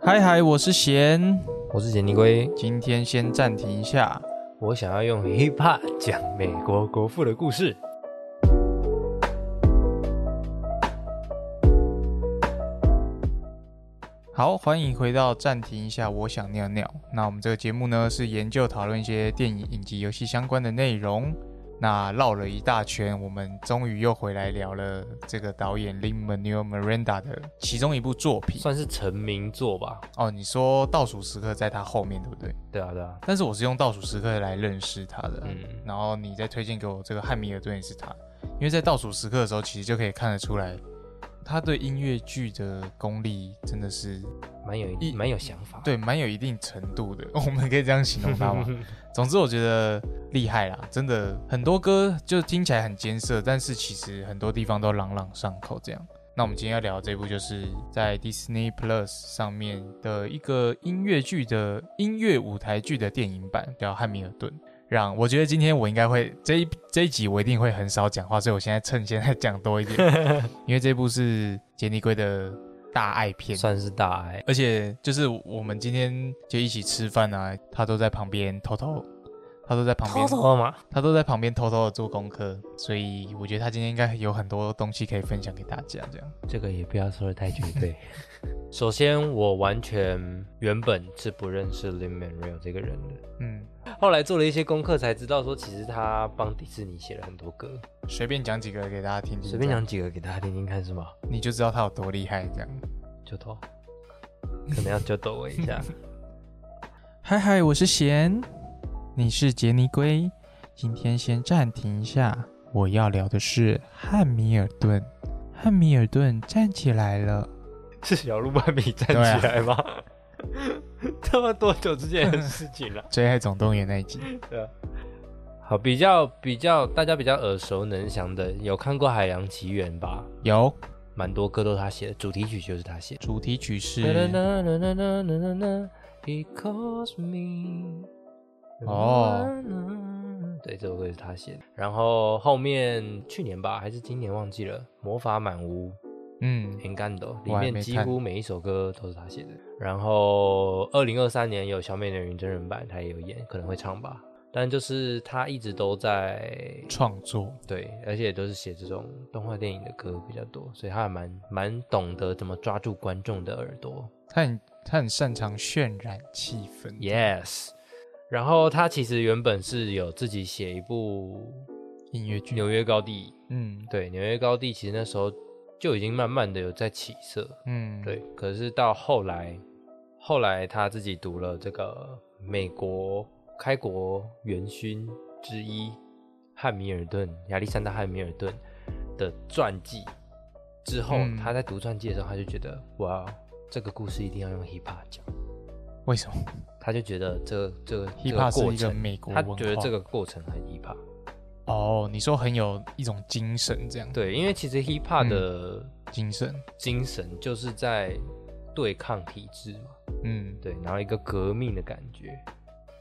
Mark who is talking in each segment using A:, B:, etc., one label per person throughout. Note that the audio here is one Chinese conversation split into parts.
A: 嗨嗨，我是贤，
B: 我是杰尼龟，
A: 今天先暂停一下。
B: 我想要用 hip hop 讲美国国父的故事。
A: 好，欢迎回到暂停一下，我想尿尿。那我们这个节目呢，是研究讨论一些电影、影集、游戏相关的内容。那绕了一大圈，我们终于又回来聊了这个导演 Lin Manuel Miranda 的其中一部作品。
B: 算是成名作吧？
A: 哦，你说倒数时刻在他后面，对不对？
B: 对啊，对啊，
A: 但是我是用倒数时刻来认识他的。
B: 嗯，
A: 然后你再推荐给我这个汉密尔顿也是他，因为在倒数时刻的时候，其实就可以看得出来，他对音乐剧的功力真的是
B: 蛮有
A: 一
B: 蛮有想法。
A: 对蛮有一定程度的， 我们可以这样形容他吗？总之，我觉得厉害啦，真的很多歌就听起来很艰涩，但是其实很多地方都朗朗上口。这样，那我们今天要聊的这部就是在 Disney Plus 上面的一个音乐剧的音乐舞台剧的电影版，叫《汉密尔顿》。让我觉得今天我应该会这一这一集我一定会很少讲话，所以我现在趁现在讲多一点，因为这部是杰尼龟的大爱 片，
B: 算是大爱。
A: 而且就是我们今天就一起吃饭啊，他都在旁边偷偷，他都在旁边，
B: 偷嘛，
A: 他都在旁边偷偷的做功课，所以我觉得他今天应该有很多东西可以分享给大家。这样，
B: 这个也不要说的太绝 对。首先，我完全原本是不认识 Lin Manuel 这个人的，
A: 嗯，
B: 后来做了一些功课才知道说，其实他帮迪士尼写了很多歌。
A: 随便讲几个给大家听听，
B: 随便讲，几个给大家听听看，是吗？
A: 你就知道他有多厉害。这样，
B: 就抖，可能要就抖我一下。
A: 嗨嗨，我是贤，你是杰尼龟，今天先暂停一下，我要聊的是汉密尔顿。汉密尔顿站起来了，
B: 是小鹿斑比站起来吗？这么多久之前的事情了、
A: 《最爱总动员》那一集，
B: 对啊。好，比较比较，大家比较耳熟能详的，有看过《海洋奇缘》吧？
A: 有
B: 蛮多歌都是他写的，主题曲就是他写的。
A: 主题曲是。
B: 啦啦啦啦啦啦啦，He calls me。
A: 哦，
B: 对，这首歌是他写的。然后后面去年吧，还是今年忘记了，《魔法满屋》
A: 嗯
B: e，n g a n d o 里
A: 我还没
B: 面几乎每一首歌都是他写的。然后二零二三年有《小美人鱼》真人版，他也有演，可能会唱吧。但就是他一直都在
A: 创作，
B: 对，而且都是写这种动画电影的歌比较多，所以他还蛮蛮懂得怎么抓住观众的耳朵。
A: 他很他很擅长渲染气氛。
B: Yes，然后他其实原本是有自己写一部
A: 音乐
B: 《
A: 剧，
B: 纽约高地》，
A: 嗯
B: 对，《纽约高地》其实那时候就已经慢慢的有在起色，
A: 嗯，
B: 对，可是到后来，后来他自己读了这个美国开国元勋之一汉密尔顿亚历山大汉密尔顿的传记之后，
A: 嗯
B: 他在读传记的时候，他就觉得哇，这个故事一定要用 hip hop 讲，
A: 为什么
B: 他就觉得这这个这
A: hip
B: 个
A: hop
B: 过
A: 是一个
B: 程，
A: 美国
B: 他
A: 文化？
B: 觉得这个过程很 hip hop。
A: 哦，你说很有一种精神，这样
B: 对，因为其实 hip hop 的
A: 精神，
B: 精神就是在对抗体制嘛，
A: 嗯
B: 对，然后一个革命的感觉。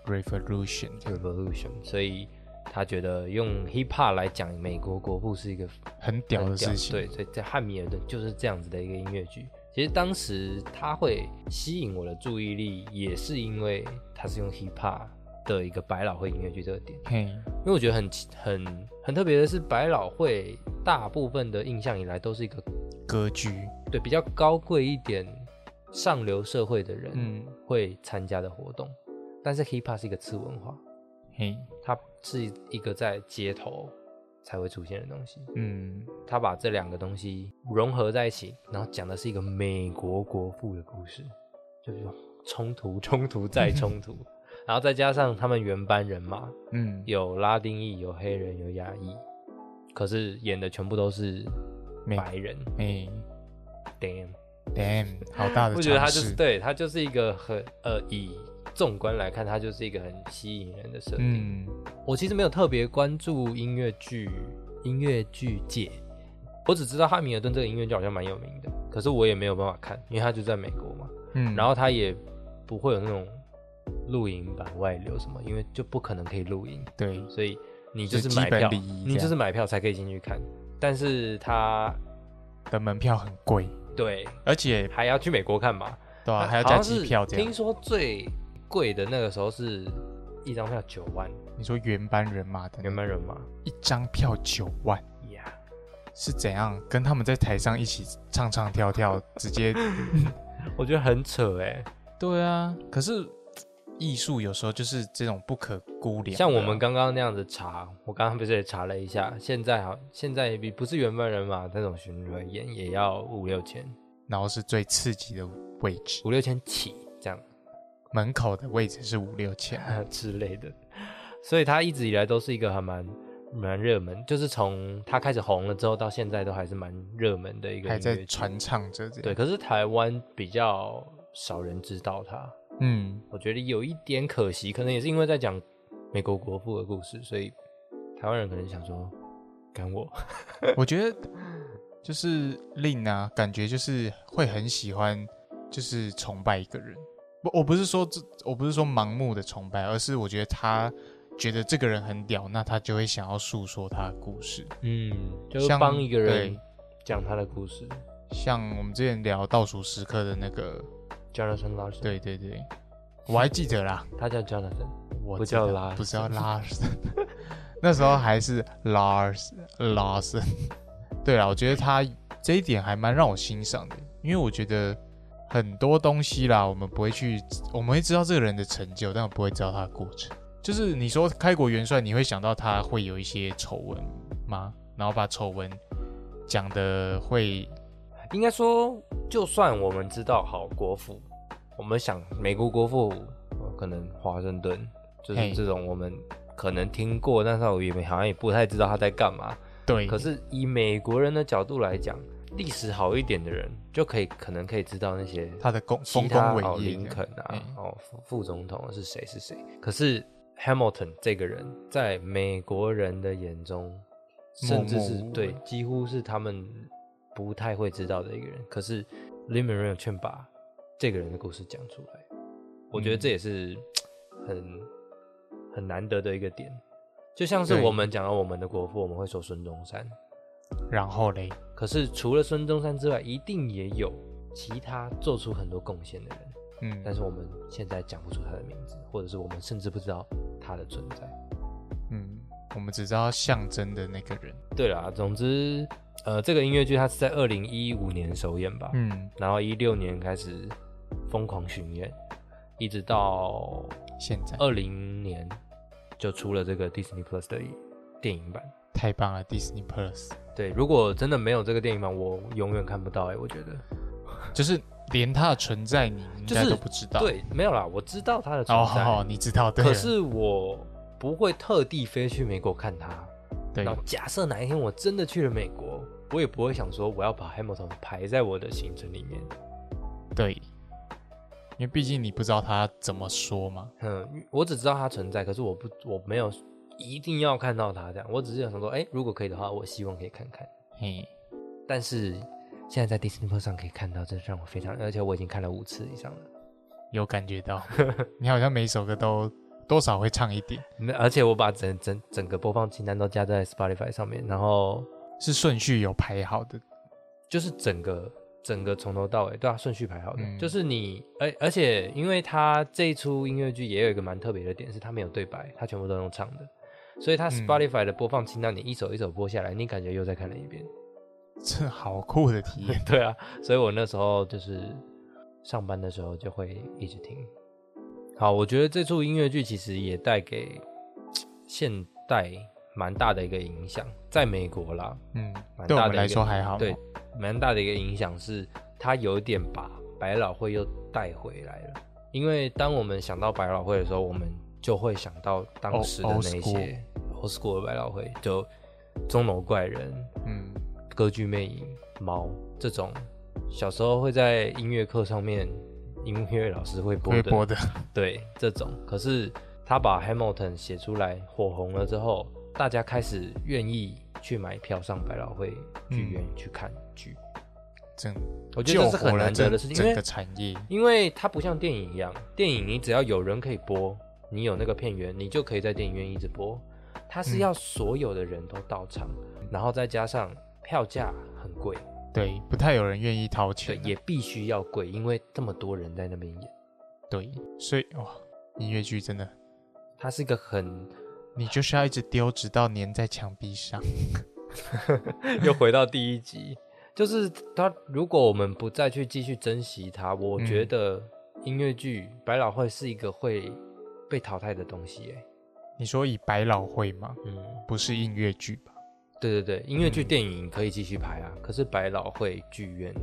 A: ，revolution 这样
B: Revolution，所以他觉得用 hip hop 来讲美国国父是一个
A: 很屌的
B: 很
A: 事情。，
B: 对，所以在汉密尔顿就是这样子的一个音乐剧。其实当时他会吸引我的注意力，也是因为他是用 hip hop 的一个百老汇音乐剧这个点。
A: 嘿，
B: 因为我觉得很奇很很特别的是，百老汇大部分的印象以来都是一个
A: 歌剧，
B: 对比较高贵一点、上流社会的人
A: 嗯
B: 会参加的活动，但是 hip hop 是一个次文化。
A: 嘿，
B: 它是一个在街头才会出现的东西。
A: 嗯，
B: 他把这两个东西融合在一起，然后讲的是一个美国国父的故事，就是说冲突、冲突再冲 突，然后再加上他们原班人马，
A: 嗯，
B: 有拉丁裔、有黑人、有亚裔，可是演的全部都是
A: 美
B: 白人。
A: 嘿
B: Damn，
A: ，damn，好大的
B: 我觉得他
A: 尝
B: 就是
A: 试。
B: 对他就是一个很呃，以纵观来看，他就是一个很吸引人的设定。
A: 嗯，
B: 我其实没有特别关注音乐剧音乐剧界，我只知道汉密尔顿这个音乐剧好像蛮有名的，可是我也没有办法看，因为它就在美国嘛，
A: 嗯，
B: 然后它也不会有那种录影版外流什么，因为就不可能可以录影，
A: 对，
B: 所以你就是
A: 就基
B: 买票，
A: 本礼仪这样
B: 你就是买票才可以进去看，但是它
A: 的门票很贵，
B: 对
A: 而且
B: 还要去美国看嘛，
A: 对吧、
B: 啊
A: 还要
B: 好
A: 加
B: 像
A: 机
B: 是
A: 票这
B: 听
A: 样。
B: 说最贵的那个时候是一张票九万，
A: 你说原班人马的，
B: 原班人马
A: 一张票九万
B: 呀
A: 是怎样？跟他们在台上一起唱唱跳跳，直接
B: 我觉得很扯哎、
A: 对啊。可是艺术有时候就是这种不可估量的啊，
B: 像我们刚刚那样子查，我刚刚不是也查了一下，现在好，现在比不是原班人马那种巡回演也要五六千，
A: 然后是最刺激的位置，
B: 五六千起这样
A: 门口的位置是五六千，
B: 之类的，所以他一直以来都是一个还蛮蛮热门，就是从他开始红了之后到现在都还是蛮热门的一个
A: 还
B: 音乐
A: 在
B: 剧。
A: 传唱着这样。
B: 对，，可是台湾比较少人知道他，
A: 嗯，
B: 我觉得有一点可惜，可能也是因为在讲美国国父的故事，所以台湾人可能想说，干我
A: 我觉得就是令啊，感觉就是会很喜欢，就是崇拜一个人。不，我不是说这，我不是说盲目的崇拜，而是我觉得他觉得这个人很屌，那他就会想要诉说他的故事。
B: 嗯，就是
A: 像
B: 帮一个人
A: 对
B: 讲他的故事。
A: 像我们之前聊倒数时刻的那个，
B: Jonathan Larson，
A: 对对对，我还记得啦，
B: 他叫 Jonathan，
A: 我
B: 不
A: 记得
B: 叫拉
A: 不是叫拉 那时候还是 Lars Larson。对啊，我觉得他这一点还蛮让我欣赏的，因为我觉得很多东西啦，我们不会去，我们会知道这个人的成就，但我不会知道他的过程。就是你说开国元帅，你会想到他会有一些丑闻吗？然后把丑闻讲的会
B: 应该说，就算我们知道好国父，我们想美国国父，呃可能华盛顿，就
A: 嘿
B: 是这种我们可能听过，但是我也没好像也不太知道他在干嘛。
A: 对，
B: 可是以美国人的角度来讲，历史好一点的人就可以可能可以知道那些
A: 他的功
B: 其
A: 丰
B: 他
A: 功伟
B: 哦
A: 业这
B: 林
A: 样
B: 肯啊
A: 哎，
B: 哦副副总统是谁是谁。可是 Hamilton 这个人在美国人的眼中，
A: 默
B: 甚至是
A: 默无
B: 对
A: 闻
B: 几乎是他们不太会知道的一个人。可是 l i m e r i 却把这个人的故事讲出来，我觉得
A: 嗯
B: 这也是很很难得的一个点。就像是
A: 对
B: 我们讲到我们的国父，我们会说孙中山，
A: 然后嘞，
B: 可是除了孙中山之外，一定也有其他做出很多贡献的人，
A: 嗯，
B: 但是我们现在讲不出他的名字，或者是我们甚至不知道他的存在。
A: 嗯，我们只知道象征的那个人，
B: 对啦，总之，呃，这个音乐剧它是在二零一五年首演吧，
A: 嗯，
B: 然后一六年开始疯狂巡演，一直到
A: 现在
B: 二零年就出了这个 Disney Plus 的电影版。
A: 太棒了，Disney Plus，
B: 对，如果真的没有这个电影版，我永远看不到哎、我觉得。
A: 就是连它的存在你应
B: 就是
A: 该都不知道。
B: 对，没有啦，我知道它的存
A: 哦，
B: 在，
A: 好，你知道，对了，
B: 可是我不会特地飞去美国看它。
A: 对
B: 然后假设哪一天我真的去了美国，我也不会想说我要把 Hamilton 排在我的行程里面。
A: 对，因为毕竟你不知道他怎么说嘛。
B: 嗯，我只知道它存在，可是我不我没有一定要看到它这样。我只是想说，哎、如果可以的话，我希望可以看看。
A: 嘿，
B: 但是现在在 Disney Plus 上可以看到，这让我非常，而且我已经看了五次以上了。
A: 有感觉 到，你好像每一首歌都多少会唱一点，
B: 那嗯而且我把整整整个播放清单都加在 Spotify 上面，然后
A: 是顺序有排好的。
B: 就是整个整个从头到尾，对啊，顺序排好的，
A: 嗯
B: 就是你，而而且因为它这一出音乐剧也有一个蛮特别的点，是它没有对白，它全部都用唱的，所以它
A: 嗯
B: Spotify 的播放清单，你一首一首播下来，你感觉又再看了一遍，，
A: 这好酷的体验
B: 对啊，所以我那时候就是上班的时候就会一直听。好，我觉得这出音乐剧其实也带给现代蛮大的一个影响，在美国啦，
A: 嗯
B: 蛮，
A: 对我
B: 大的
A: 们来
B: 一个
A: 说还好，哦
B: 对，，蛮大的一个影响是，它有点把百老汇又带回来了。因为当我们想到百老汇的时候，我们就会想到当
A: Old-
B: 时的
A: 哦 old
B: 那些 old school 的百老汇，就钟楼怪人、
A: 嗯，
B: 歌剧魅影、猫这种，小时候会在音乐课上面，音乐老师会播
A: 微
B: 的，
A: 博的，
B: 对这种。可是他把 Hamilton 写出来火红了之后，大家开始愿意去买票上百老汇剧院去看剧。
A: 整
B: 我觉得
A: 救
B: 这是
A: 活
B: 很
A: 了
B: 难得
A: 整
B: 的事情，因
A: 整
B: 为
A: 个产业，
B: 因为它不像电影一样，电影你只要有人可以播，你有那个片源，你就可以在电影院一直播。它是要所有的人都到场，然后再加上票价很贵，
A: 对，不太有人愿意掏
B: 对，
A: 钱啊。
B: 也必须要贵，因为这么多人在那边演，
A: 对，所以哇，音乐剧真的，
B: 它是一个很
A: 你就是要一直丢，直到粘在墙壁上。
B: 又回到第一集，就是他如果我们不再去继续珍惜它，我觉
A: 嗯
B: 得音乐剧百老汇是一个会被淘汰的东西。哎，
A: 你说以百老汇吗？
B: 嗯，
A: 不是音乐剧吧？
B: 对对对，音乐
A: 嗯
B: 剧、电影可以继续拍啊，可是百老汇剧院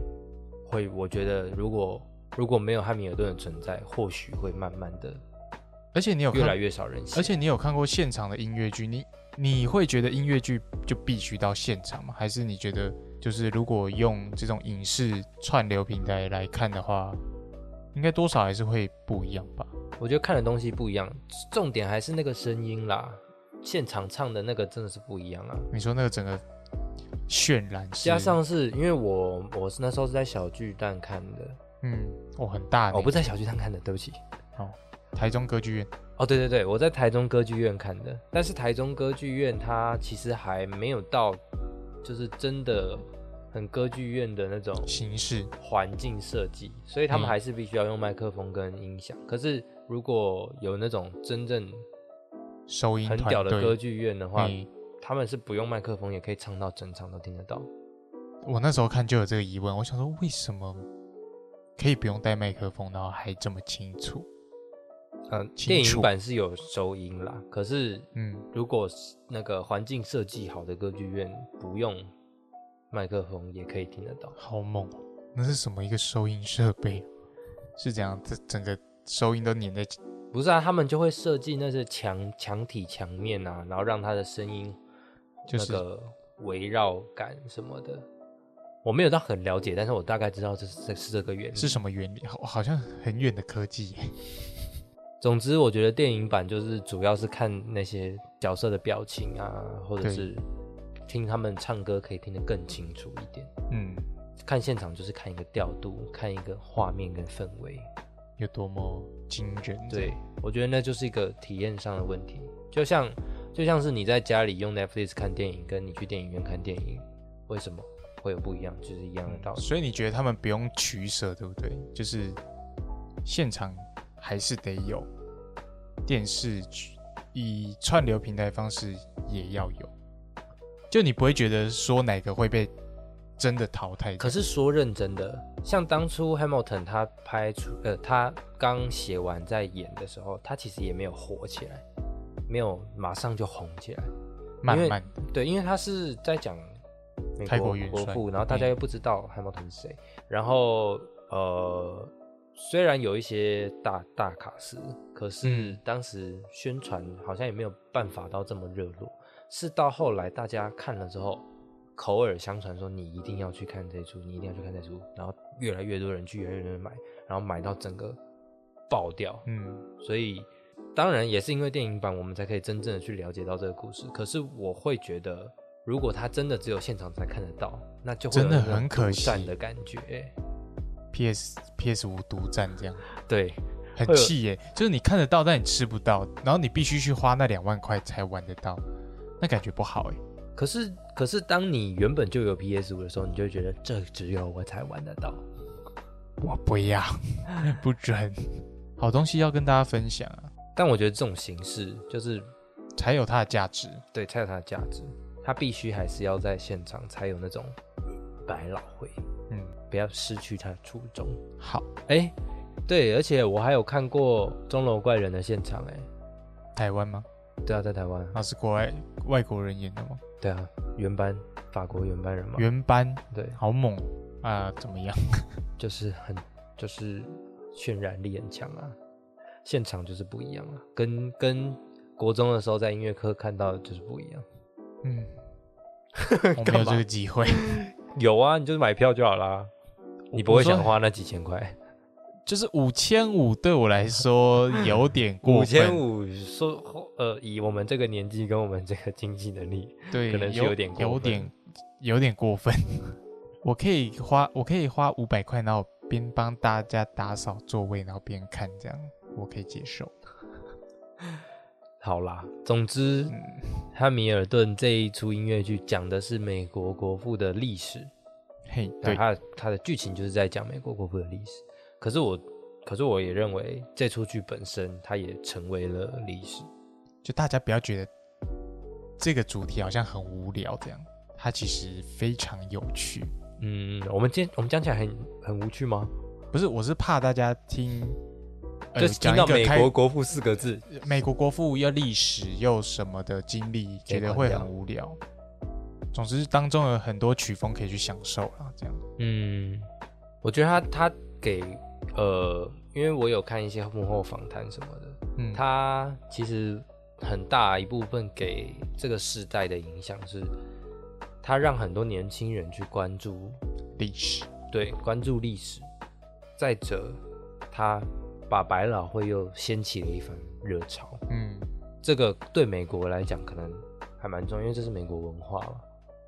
B: 会，我觉得如果如果没有汉密尔顿的存在，或许会慢慢的
A: 而且你有看
B: 越来越少人喜欢。
A: 而且你有看过现场的音乐剧，你你会觉得音乐剧就必须到现场吗？还是你觉得就是如果用这种影视串流平台来看的话，应该多少还是会不一样吧？
B: 我觉得看的东西不一样，重点还是那个声音啦，现场唱的那个真的是不一样啊。
A: 你说那个整个渲染是
B: 加上是因为我我是那时候是在小巨蛋看的，
A: 嗯，哦很大呢，哦
B: 我、不是在小巨蛋看的，对不起。
A: 台中歌剧院，
B: 哦，对对对，我在台中歌剧院看的，但是台中歌剧院它其实还没有到，就是真的很歌剧院的那种
A: 形式
B: 环境设计，所以他
A: 嗯
B: 们还是必须要用麦克风跟音响。可是如果有那种真正
A: 收音
B: 很
A: 团
B: 屌的歌
A: 队，
B: 剧院的话，
A: 你
B: 他们是不用麦克风也可以唱到整场都听得到。
A: 我那时候看就有这个疑问，我想说为什么可以不用带麦克风，然后还这么清楚？
B: 嗯，
A: 清
B: 电
A: 楚
B: 影版是有收音啦，可是
A: 嗯，
B: 如果是那个环境设计好的歌剧院，不用麦克风也可以听得到。
A: 好猛哦！那是什么一个收音设备啊？是怎样？这整个收音都粘在一起
B: 不是啊，他们就会设计那些墙墙体、墙面啊，然后让它的声音
A: 就是
B: 那个围绕感什么的。我没有到很了解，但是我大概知道这是这是这个原理。
A: 是什么原理？好，好像很远的科技耶。
B: 总之，我觉得电影版就是主要是看那些角色的表情啊，或者
A: 对
B: 是听他们唱歌可以听得更清楚一点。
A: 嗯，
B: 看现场就是看一个调度，看一个画面跟氛围。
A: 有多么惊人？
B: 对，，我觉得那就是一个体验上的问题。就像就像是你在家里用 Netflix 看电影，跟你去电影院看电影，为什么会有不一样？就是一样的道理。
A: 所以你觉得他们不用取舍，对不对？就是现场还是得有，电视取以串流平台方式也要有。就你不会觉得说哪个会被真的淘汰？
B: 可是说认真的，像当初 Hamilton 他拍出呃，他刚写完在演的时候，他其实也没有火起来，没有马上就红起来。
A: 慢
B: 因为
A: 慢的，
B: 对，因为他是在讲美
A: 泰
B: 国
A: 国元
B: 国
A: 帅嗯
B: 父，然后大家又不知道汉默顿是谁，然后呃，虽然有一些大大卡司，可是
A: 嗯
B: 当时宣传好像也没有办法到这么热络，是到后来大家看了之后。口耳相传说你一定要去看这出，你一定要去看这出，然后越来越多人去，越来越多人买，然后买到整个爆掉，
A: 嗯，
B: 所以当然也是因为电影版，我们才可以真正的去了解到这个故事。可是我会觉得，如果它真的只有现场才看得到，那就会有
A: 真的
B: 那种
A: 很可惜
B: 独占的感觉。
A: PS PS 五独占这样，
B: 对，
A: 很
B: 会有
A: 气耶！就是你看得到，但你吃不到，然后你必须去花那两万块才玩得到，那感觉不好哎。
B: 可是可是当你原本就有 PS 五的时候，你就会觉得这只有我才玩得到。
A: 我不要， 不准。好东西要跟大家分享啊，
B: 但我觉得这种形式就是
A: 才有它的价值。
B: 对才有它的价值，它必须还是要在现场才有那种百老汇，
A: 嗯，
B: 不要失去它的初衷。
A: 好，
B: 哎、对，而且我还有看过钟楼怪人的现场、哎。
A: 台湾吗？
B: 对啊，在台湾。
A: 那是国外外国人演的吗？
B: 对啊，原班法国原班人嘛。
A: 原班
B: 对，
A: 好猛啊、怎么样？
B: 就是很就是渲染力很强啊，现场就是不一样啊，跟跟国中的时候在音乐课看到的就是不一样。
A: 嗯，我没有这个机会。
B: 有啊，你就是买票就好啦， 你不
A: 我
B: 会
A: 说
B: 想花那几千块，
A: 就是五千五对我来说有点过分，
B: 五千五说呃，以我们这个年纪跟我们这个经济能力，
A: 对，
B: 可能是
A: 有
B: 有点过
A: 有
B: 分
A: 点有点过分。 我可以花我可以花五百块，然后边帮大家打扫座位，然后边看这样，我可以接受。
B: 好啦，总之，
A: 嗯
B: 汉密尔顿这一出音乐剧讲的是美国国父的历史，
A: 嘿，
B: 那
A: 对，
B: 它它的剧情就是在讲美国国父的历史。可是我，可是我也认为这出剧本身它也成为了历史。
A: 就大家不要觉得这个主题好像很无聊这样，它其实非常有趣。
B: 嗯，我们今天我们讲起来很很无趣吗？
A: 不是，我是怕大家听，呃
B: 就是听
A: 讲
B: 到
A: 一个
B: 美
A: 开
B: 国国父四个字，
A: 美国国父又历史又什么的经历，觉得会很无聊。总之，当中有很多曲风可以去享受啦，这样。
B: 嗯，我觉得他他给呃，因为我有看一些幕后访谈什么的，
A: 嗯，
B: 他其实很大一部分给这个世代的影响是，他让很多年轻人去关注，
A: 历史，
B: 对，关注历史。再者，他把百老汇又掀起了一番热潮，
A: 嗯
B: 这个对美国来讲可能还蛮重要，因为这是美国文化嘛。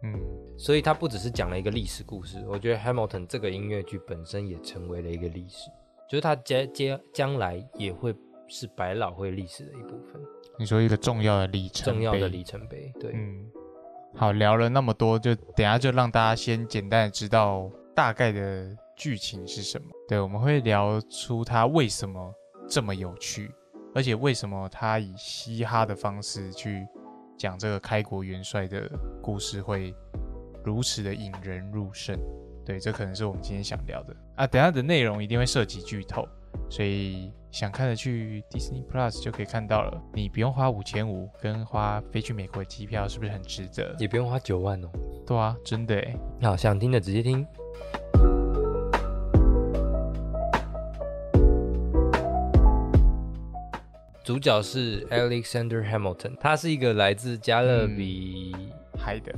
A: 嗯，
B: 所以它不只是讲了一个历史故事，我觉得《Hamilton》这个音乐剧本身也成为了一个历史，就是它接接将来也会是百老汇历史的一部分，
A: 你说一个重要的历程，
B: 重要的里。程碑。对，
A: 嗯，好，聊了那么多，就等一下就让大家先简单的知道大概的剧情是什么。对，我们会聊出它为什么这么有趣，而且为什么它以嘻哈的方式去讲这个开国元帅的故事会如此的引人入胜。对，这可能是我们今天想聊的啊。等一下的内容一定会涉及剧透，所以想看的去 Disney Plus 就可以看到了。你不用花五千五，跟花飞去美国的机票是不是很值得？
B: 也不用花九万哦。
A: 对啊，真的诶。
B: 好，想听的直接听。主角是 Alexander Hamilton，他是一个来自加勒比、
A: 嗯海的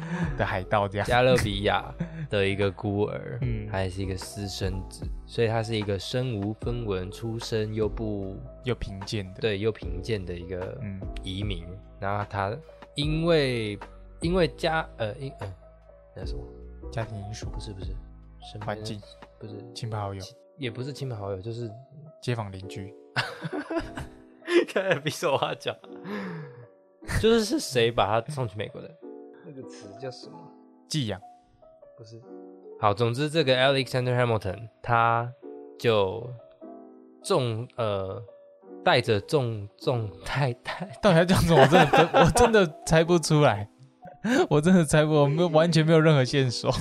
A: 的海盗这样。
B: 加勒比亚的一个孤儿，
A: 嗯
B: 他也是一个私生子，所以他是一个身无分文、出身又不
A: 又贫贱的，，
B: 对又贫贱的一个
A: 嗯，
B: 移民。然后他因为因为家呃因呃那什么
A: 家庭因素、
B: 不是不是身边的
A: 环境
B: 不是
A: 亲朋好友、
B: 也不是亲朋好友， 就是
A: 街坊邻居，
B: 看来比手画脚， 就是是谁把他送去美国的？那个词叫什么？
A: 寄养，
B: 不是。好，总之这个 Alexander Hamilton 他就重呃带着重重带带
A: 到底要讲什么？我真的分，我真的猜不出来， 我真的猜不，我没有完全没有任何线索。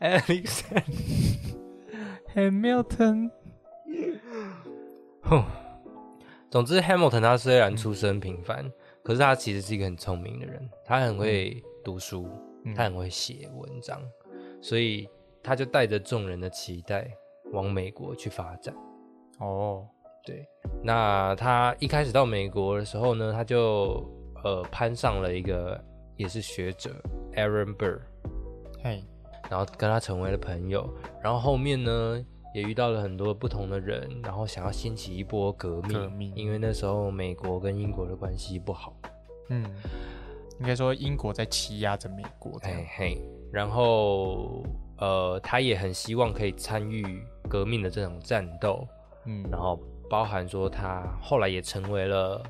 B: Alexander
A: Hamilton，
B: 哼。总之，Hamilton 他虽然出身平凡，可是他其实是一个很聪明的人，他很会读书，
A: 嗯
B: 他很会写文章，所以他就带着众人的期待往美国去发展。
A: 哦，
B: 对，那他一开始到美国的时候呢，他就呃攀上了一个也是学者 Aaron Burr，
A: 嘿，
B: 然后跟他成为了朋友，然后后面呢也遇到了很多不同的人，然后想要掀起一波革命，
A: 革命
B: 因为那时候美国跟英国的关系不好，
A: 嗯，应该说英国在欺压着美国这样
B: 嘿。哎嘿，然后呃他也很希望可以参与革命的这种战斗，
A: 嗯，
B: 然后包含说他后来也成为了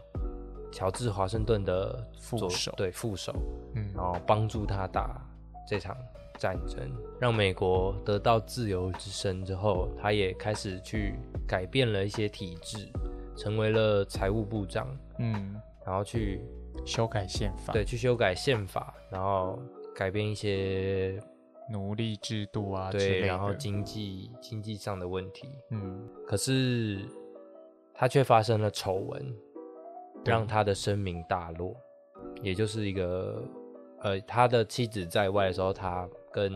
B: 乔治华盛顿的
A: 副
B: 左
A: 手
B: 对副手，
A: 嗯
B: 然后帮助他打这场战争，让美国得到自由之身之后，他也开始去改变了一些体制，成为了财务部长，
A: 嗯，
B: 然后去
A: 修改宪法，
B: 对去修改宪法，然后改变一些
A: 奴隶制度啊之
B: 对，
A: 类的，
B: 然后经济经济上的问题，
A: 嗯，
B: 可是他却发生了丑闻，
A: 对
B: 让他的声名大落，也就是一个呃，他的妻子在外的时候，他跟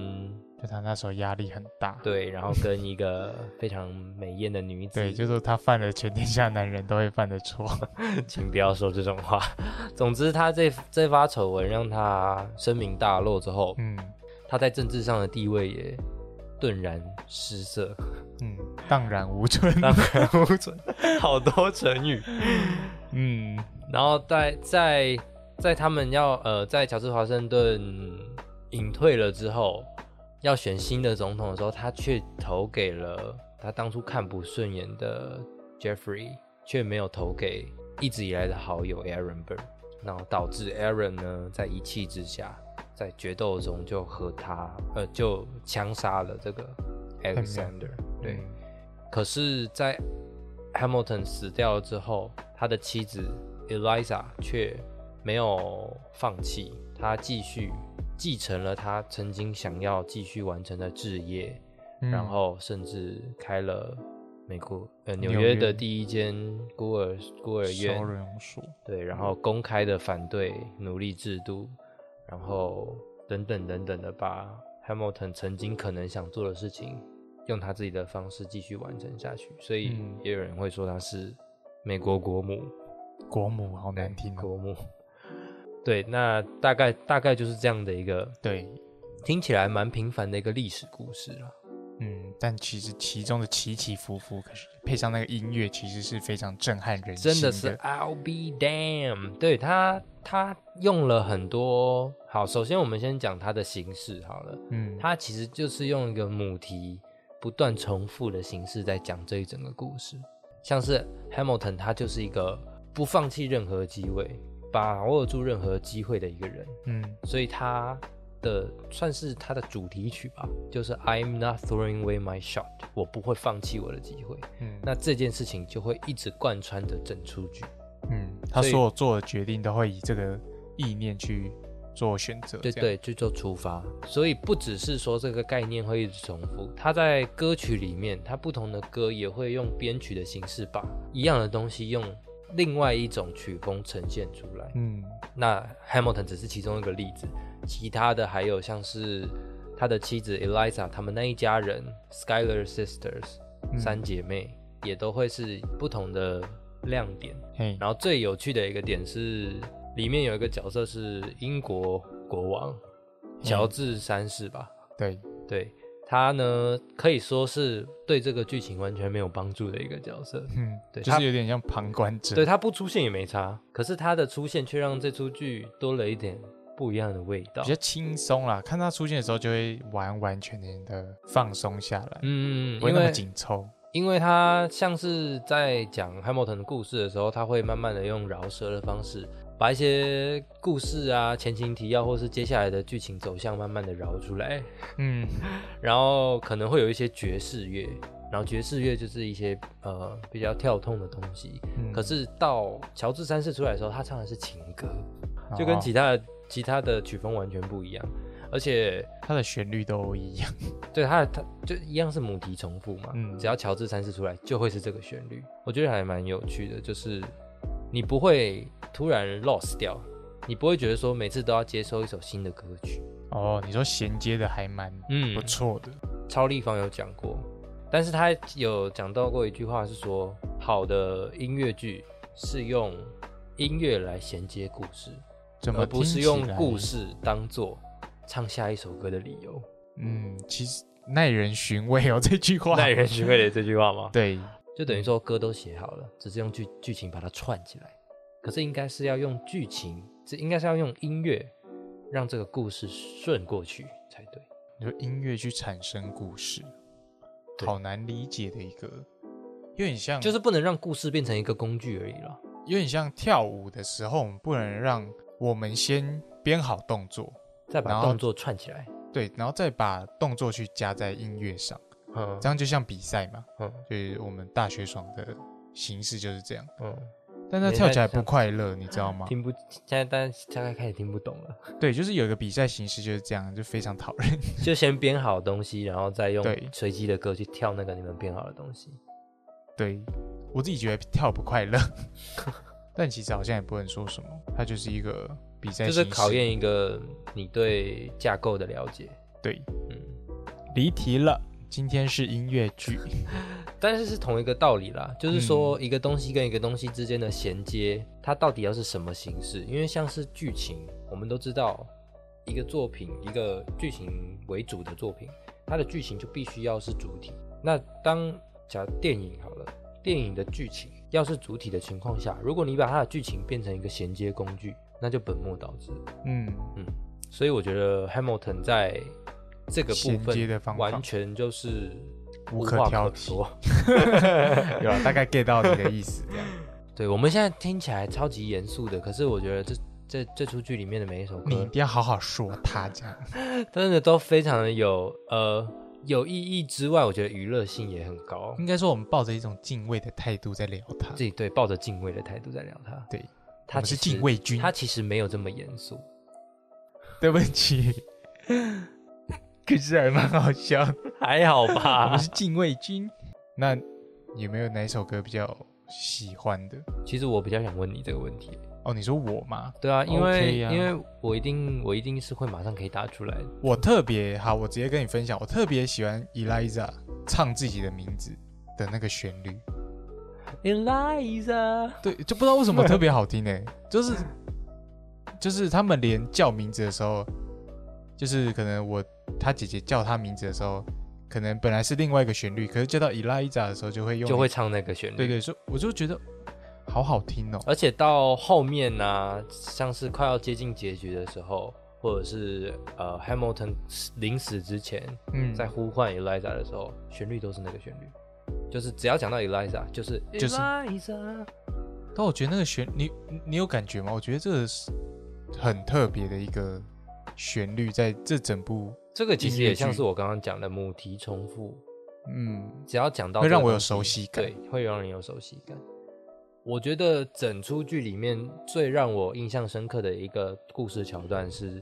A: 就他那时候压力很 大，
B: 对，然后跟一个非常美艳的女子，
A: 对，就是说他犯了全天下男人都会犯的 错，
B: 请不要说这种话。 总之，他这这发丑闻让他声名大落之后，
A: 嗯
B: 他在政治上的地位也顿然失色。
A: 嗯，荡然无存，
B: 当然无存，好多成语。
A: 嗯
B: 然后在在在他们要呃在乔治华盛顿隐退了之后，要选新的总统的时候，他却投给了他当初看不顺眼的 Jeffrey，却没有投给一直以来的好友 Aaron Burr。然后导致 Aaron 呢在一气之下，在决斗中就和他呃就枪杀了这个 Alexander。对，
A: 嗯
B: 可是，在 Hamilton 死掉了之后，他的妻子 Eliza 却没有放弃，她继续继承了她曾经想要继续完成的志业，
A: 嗯
B: 然后甚至开了美国呃纽
A: 纽
B: 约
A: 约
B: 的第一间孤儿孤儿
A: 收
B: 院，
A: 容所，
B: 对，然后公开的反对奴隶制度，然后等等等等的把 Hamilton 曾经可能想做的事情，用他自己的方式继续完成下去，所以
A: 嗯
B: 也有人会说他是美国国母，
A: 国母好难
B: 对
A: 听哦。
B: 国母。对，那大概大概就是这样的一个
A: 对，
B: 听起来蛮平凡的一个历史故事了。
A: 嗯，但其实其中的起起伏伏，可是配上那个音乐，其实是非常震撼人心
B: 真的是 I'll be damn 对。他，他用了很多。好，首先我们先讲它的形式好了。
A: 嗯，
B: 它其实就是用一个母题不断重复的形式在讲这一整个故事。像是 Hamilton，他就是一个不放弃任何机会、把握住任何机会的一个人。
A: 嗯
B: 所以他的算是他的主题曲吧，就是 I'm not throwing away my shot，我不会放弃我的机会。
A: 嗯
B: 那这件事情就会一直贯穿着整出剧。
A: 嗯，他
B: 所以
A: 所有做的决定都会以这个意念去做选择，
B: 对
A: 这样，
B: 对，去做出发。所以不只是说这个概念会一直重复，它在歌曲里面，它不同的歌也会用编曲的形式把一样的东西用另外一种曲风呈现出来。
A: 嗯
B: 那 Hamilton 只是其中一个例子，其他的还有像是他的妻子 Eliza，他们那一家人 Skyler Sisters、
A: 嗯
B: 三姐妹也都会是不同的亮点。
A: 嘿，
B: 然后最有趣的一个点是，里面有一个角色是英国国王
A: 嗯
B: 乔治三世吧？
A: 对，
B: 对他呢，可以说是对这个剧情完全没有帮助的一个角色。
A: 嗯，
B: 对
A: 就
B: 他
A: 是有点像旁观者，
B: 对他不出现也没差，可是他的出现却让这出剧多了一点不一样的味道
A: 比。较轻松啦。看他出现的时候，就会完完全全的放松下来，
B: 嗯，
A: 不会
B: 因
A: 那么
B: 为
A: 紧凑。
B: 因为他像是在讲 Hamilton 的故事的时候，他会慢慢的用饶舌的方式，把一些故事啊、前情提要或是接下来的剧情走向慢慢的饶出来，
A: 嗯
B: 然后可能会有一些爵士乐，然后爵士乐就是一些呃比较跳痛的东西。
A: 嗯
B: 可是到乔治三世出来的时候，他唱的是情歌，就跟
A: 哦
B: 其他的其他的曲风完全不一样，而且
A: 它的旋律都一样，
B: 对他的他就一样是母题重复嘛，
A: 嗯
B: 只要乔治三世出来就会是这个旋律，我觉得还蛮有趣的，就是你不会突然 lost 掉，你不会觉得说每次都要接收一首新的歌曲，
A: 哦，你说衔接的还蛮
B: 嗯
A: 不错的，
B: 超立方有讲过，但是他有讲到过一句话是说，好的音乐剧是用音乐来衔接故事，
A: 怎么
B: 而不是
A: 听起
B: 用
A: 来
B: 故？事当做唱下一首歌的理由。
A: 嗯，其实耐人寻味哦，这句话
B: 耐人寻味的这句话吗？
A: 对，
B: 就等于说歌都写好了，只是用剧剧情把它串起来。可是应该是要用剧情，这应该是要用音乐让这个故事顺过去才对。
A: 你说音乐去产生故事，
B: 对
A: 好难理解的一个，有点像，
B: 就是不能让故事变成一个工具而已了。
A: 有点像跳舞的时候，我们不能让我们先编好动作，
B: 再把
A: 然后
B: 动作串起来。
A: 对，然后再把动作去加在音乐上，
B: 嗯
A: 这样就像比赛嘛，
B: 嗯
A: 就是我们大学爽的形式就是这样。
B: 嗯，
A: 但它
B: 没
A: 跳
B: 太
A: 起来
B: 像
A: 不快乐，你知道吗？
B: 听不现在大家大概开始听不懂了，
A: 对，就是有一个比赛形式就是这样，就非常讨人。
B: 就先编好东西，然后再用
A: 对
B: 随机的歌去跳那个你们编好的东西。
A: 对我自己觉得跳不快乐， 但其实好像也不能说什么，它就是一个比赛
B: 就
A: 形
B: 是
A: 式，
B: 考验一个你对架构的了解。
A: 对，
B: 嗯，
A: 离题了。今天是音乐 剧，
B: 但是是同一个道理啦，就是说
A: 嗯
B: 一个东西跟一个东西之间的衔接，它到底要是什么形式？因为像是剧情，我们都知道一个作品，一个剧情为主的作品，它的剧情就必须要是主体。那当假如电影好了，电影的剧情要是主体的情况下，如果你把它的剧情变成一个衔接工具，那就本末倒置。
A: 嗯，
B: 所以我觉得 Hamilton 在这个部
A: 衔接
B: 分
A: 的方法
B: 完全就是
A: 无可
B: 话
A: 挑剔
B: 说。
A: 有 啊，大概 get 到你的意思，这样，
B: 对，我们现在听起来超级严肃的，可是我觉得这这这出剧里面的每一首
A: 你一
B: 歌
A: 定，要好好说他这样。
B: 真的都非常的有呃有意义之外，我觉得娱乐性也很高。
A: 应该说我们抱着一种敬畏的态度在聊他
B: 自，己对抱着敬畏的态度在聊他，
A: 对，我
B: 他
A: 们是
B: 其实
A: 敬畏军
B: 他其实没有这么严 肃。
A: 对不起， 可是还蛮好笑的。
B: 还好
A: 我
B: 吧
A: 们是禁卫军。那有没有哪一首歌比较喜欢的？
B: 其实我比较想问你这个问题。
A: 哦，你说我吗？
B: 对啊，因为、
A: OK 啊
B: 因为我一定我一定是会马上可以答出来。
A: 我特别好，我直接跟你分享，我特别喜欢 Eliza 唱自己的名字的那个旋律。
B: Eliza，
A: 对，就不知道为什么特别好听呢、欸就是就是他们连叫名字的时候，就是可能我他姐姐叫他名字的时候，可能本来是另外一个旋律，可是叫到 Eliza 的时候就会用
B: 就会唱那个旋律。
A: 对对，所以我就觉得好好听哦。
B: 而且到后面呢、像是快要接近结局的时候，或者是呃 Hamilton 临死之前，
A: 嗯，
B: 在呼唤 Eliza 的时候，旋律都是那个旋律，就是只要讲到 Eliza，就是
A: 就是
B: Eliza，
A: 但我觉得那个旋，你你你有感觉吗？我觉得这个是很特别的一个旋律，在这整部，
B: 这个其实
A: 音乐
B: 也像
A: 剧
B: 是我刚刚讲的母题重复，
A: 嗯，
B: 只要讲到
A: 会
B: 这个
A: 让我有
B: 东西
A: 熟悉感
B: 对，会让人有熟悉感。我觉得整出剧里面最让我印象深刻的一个故事桥段是，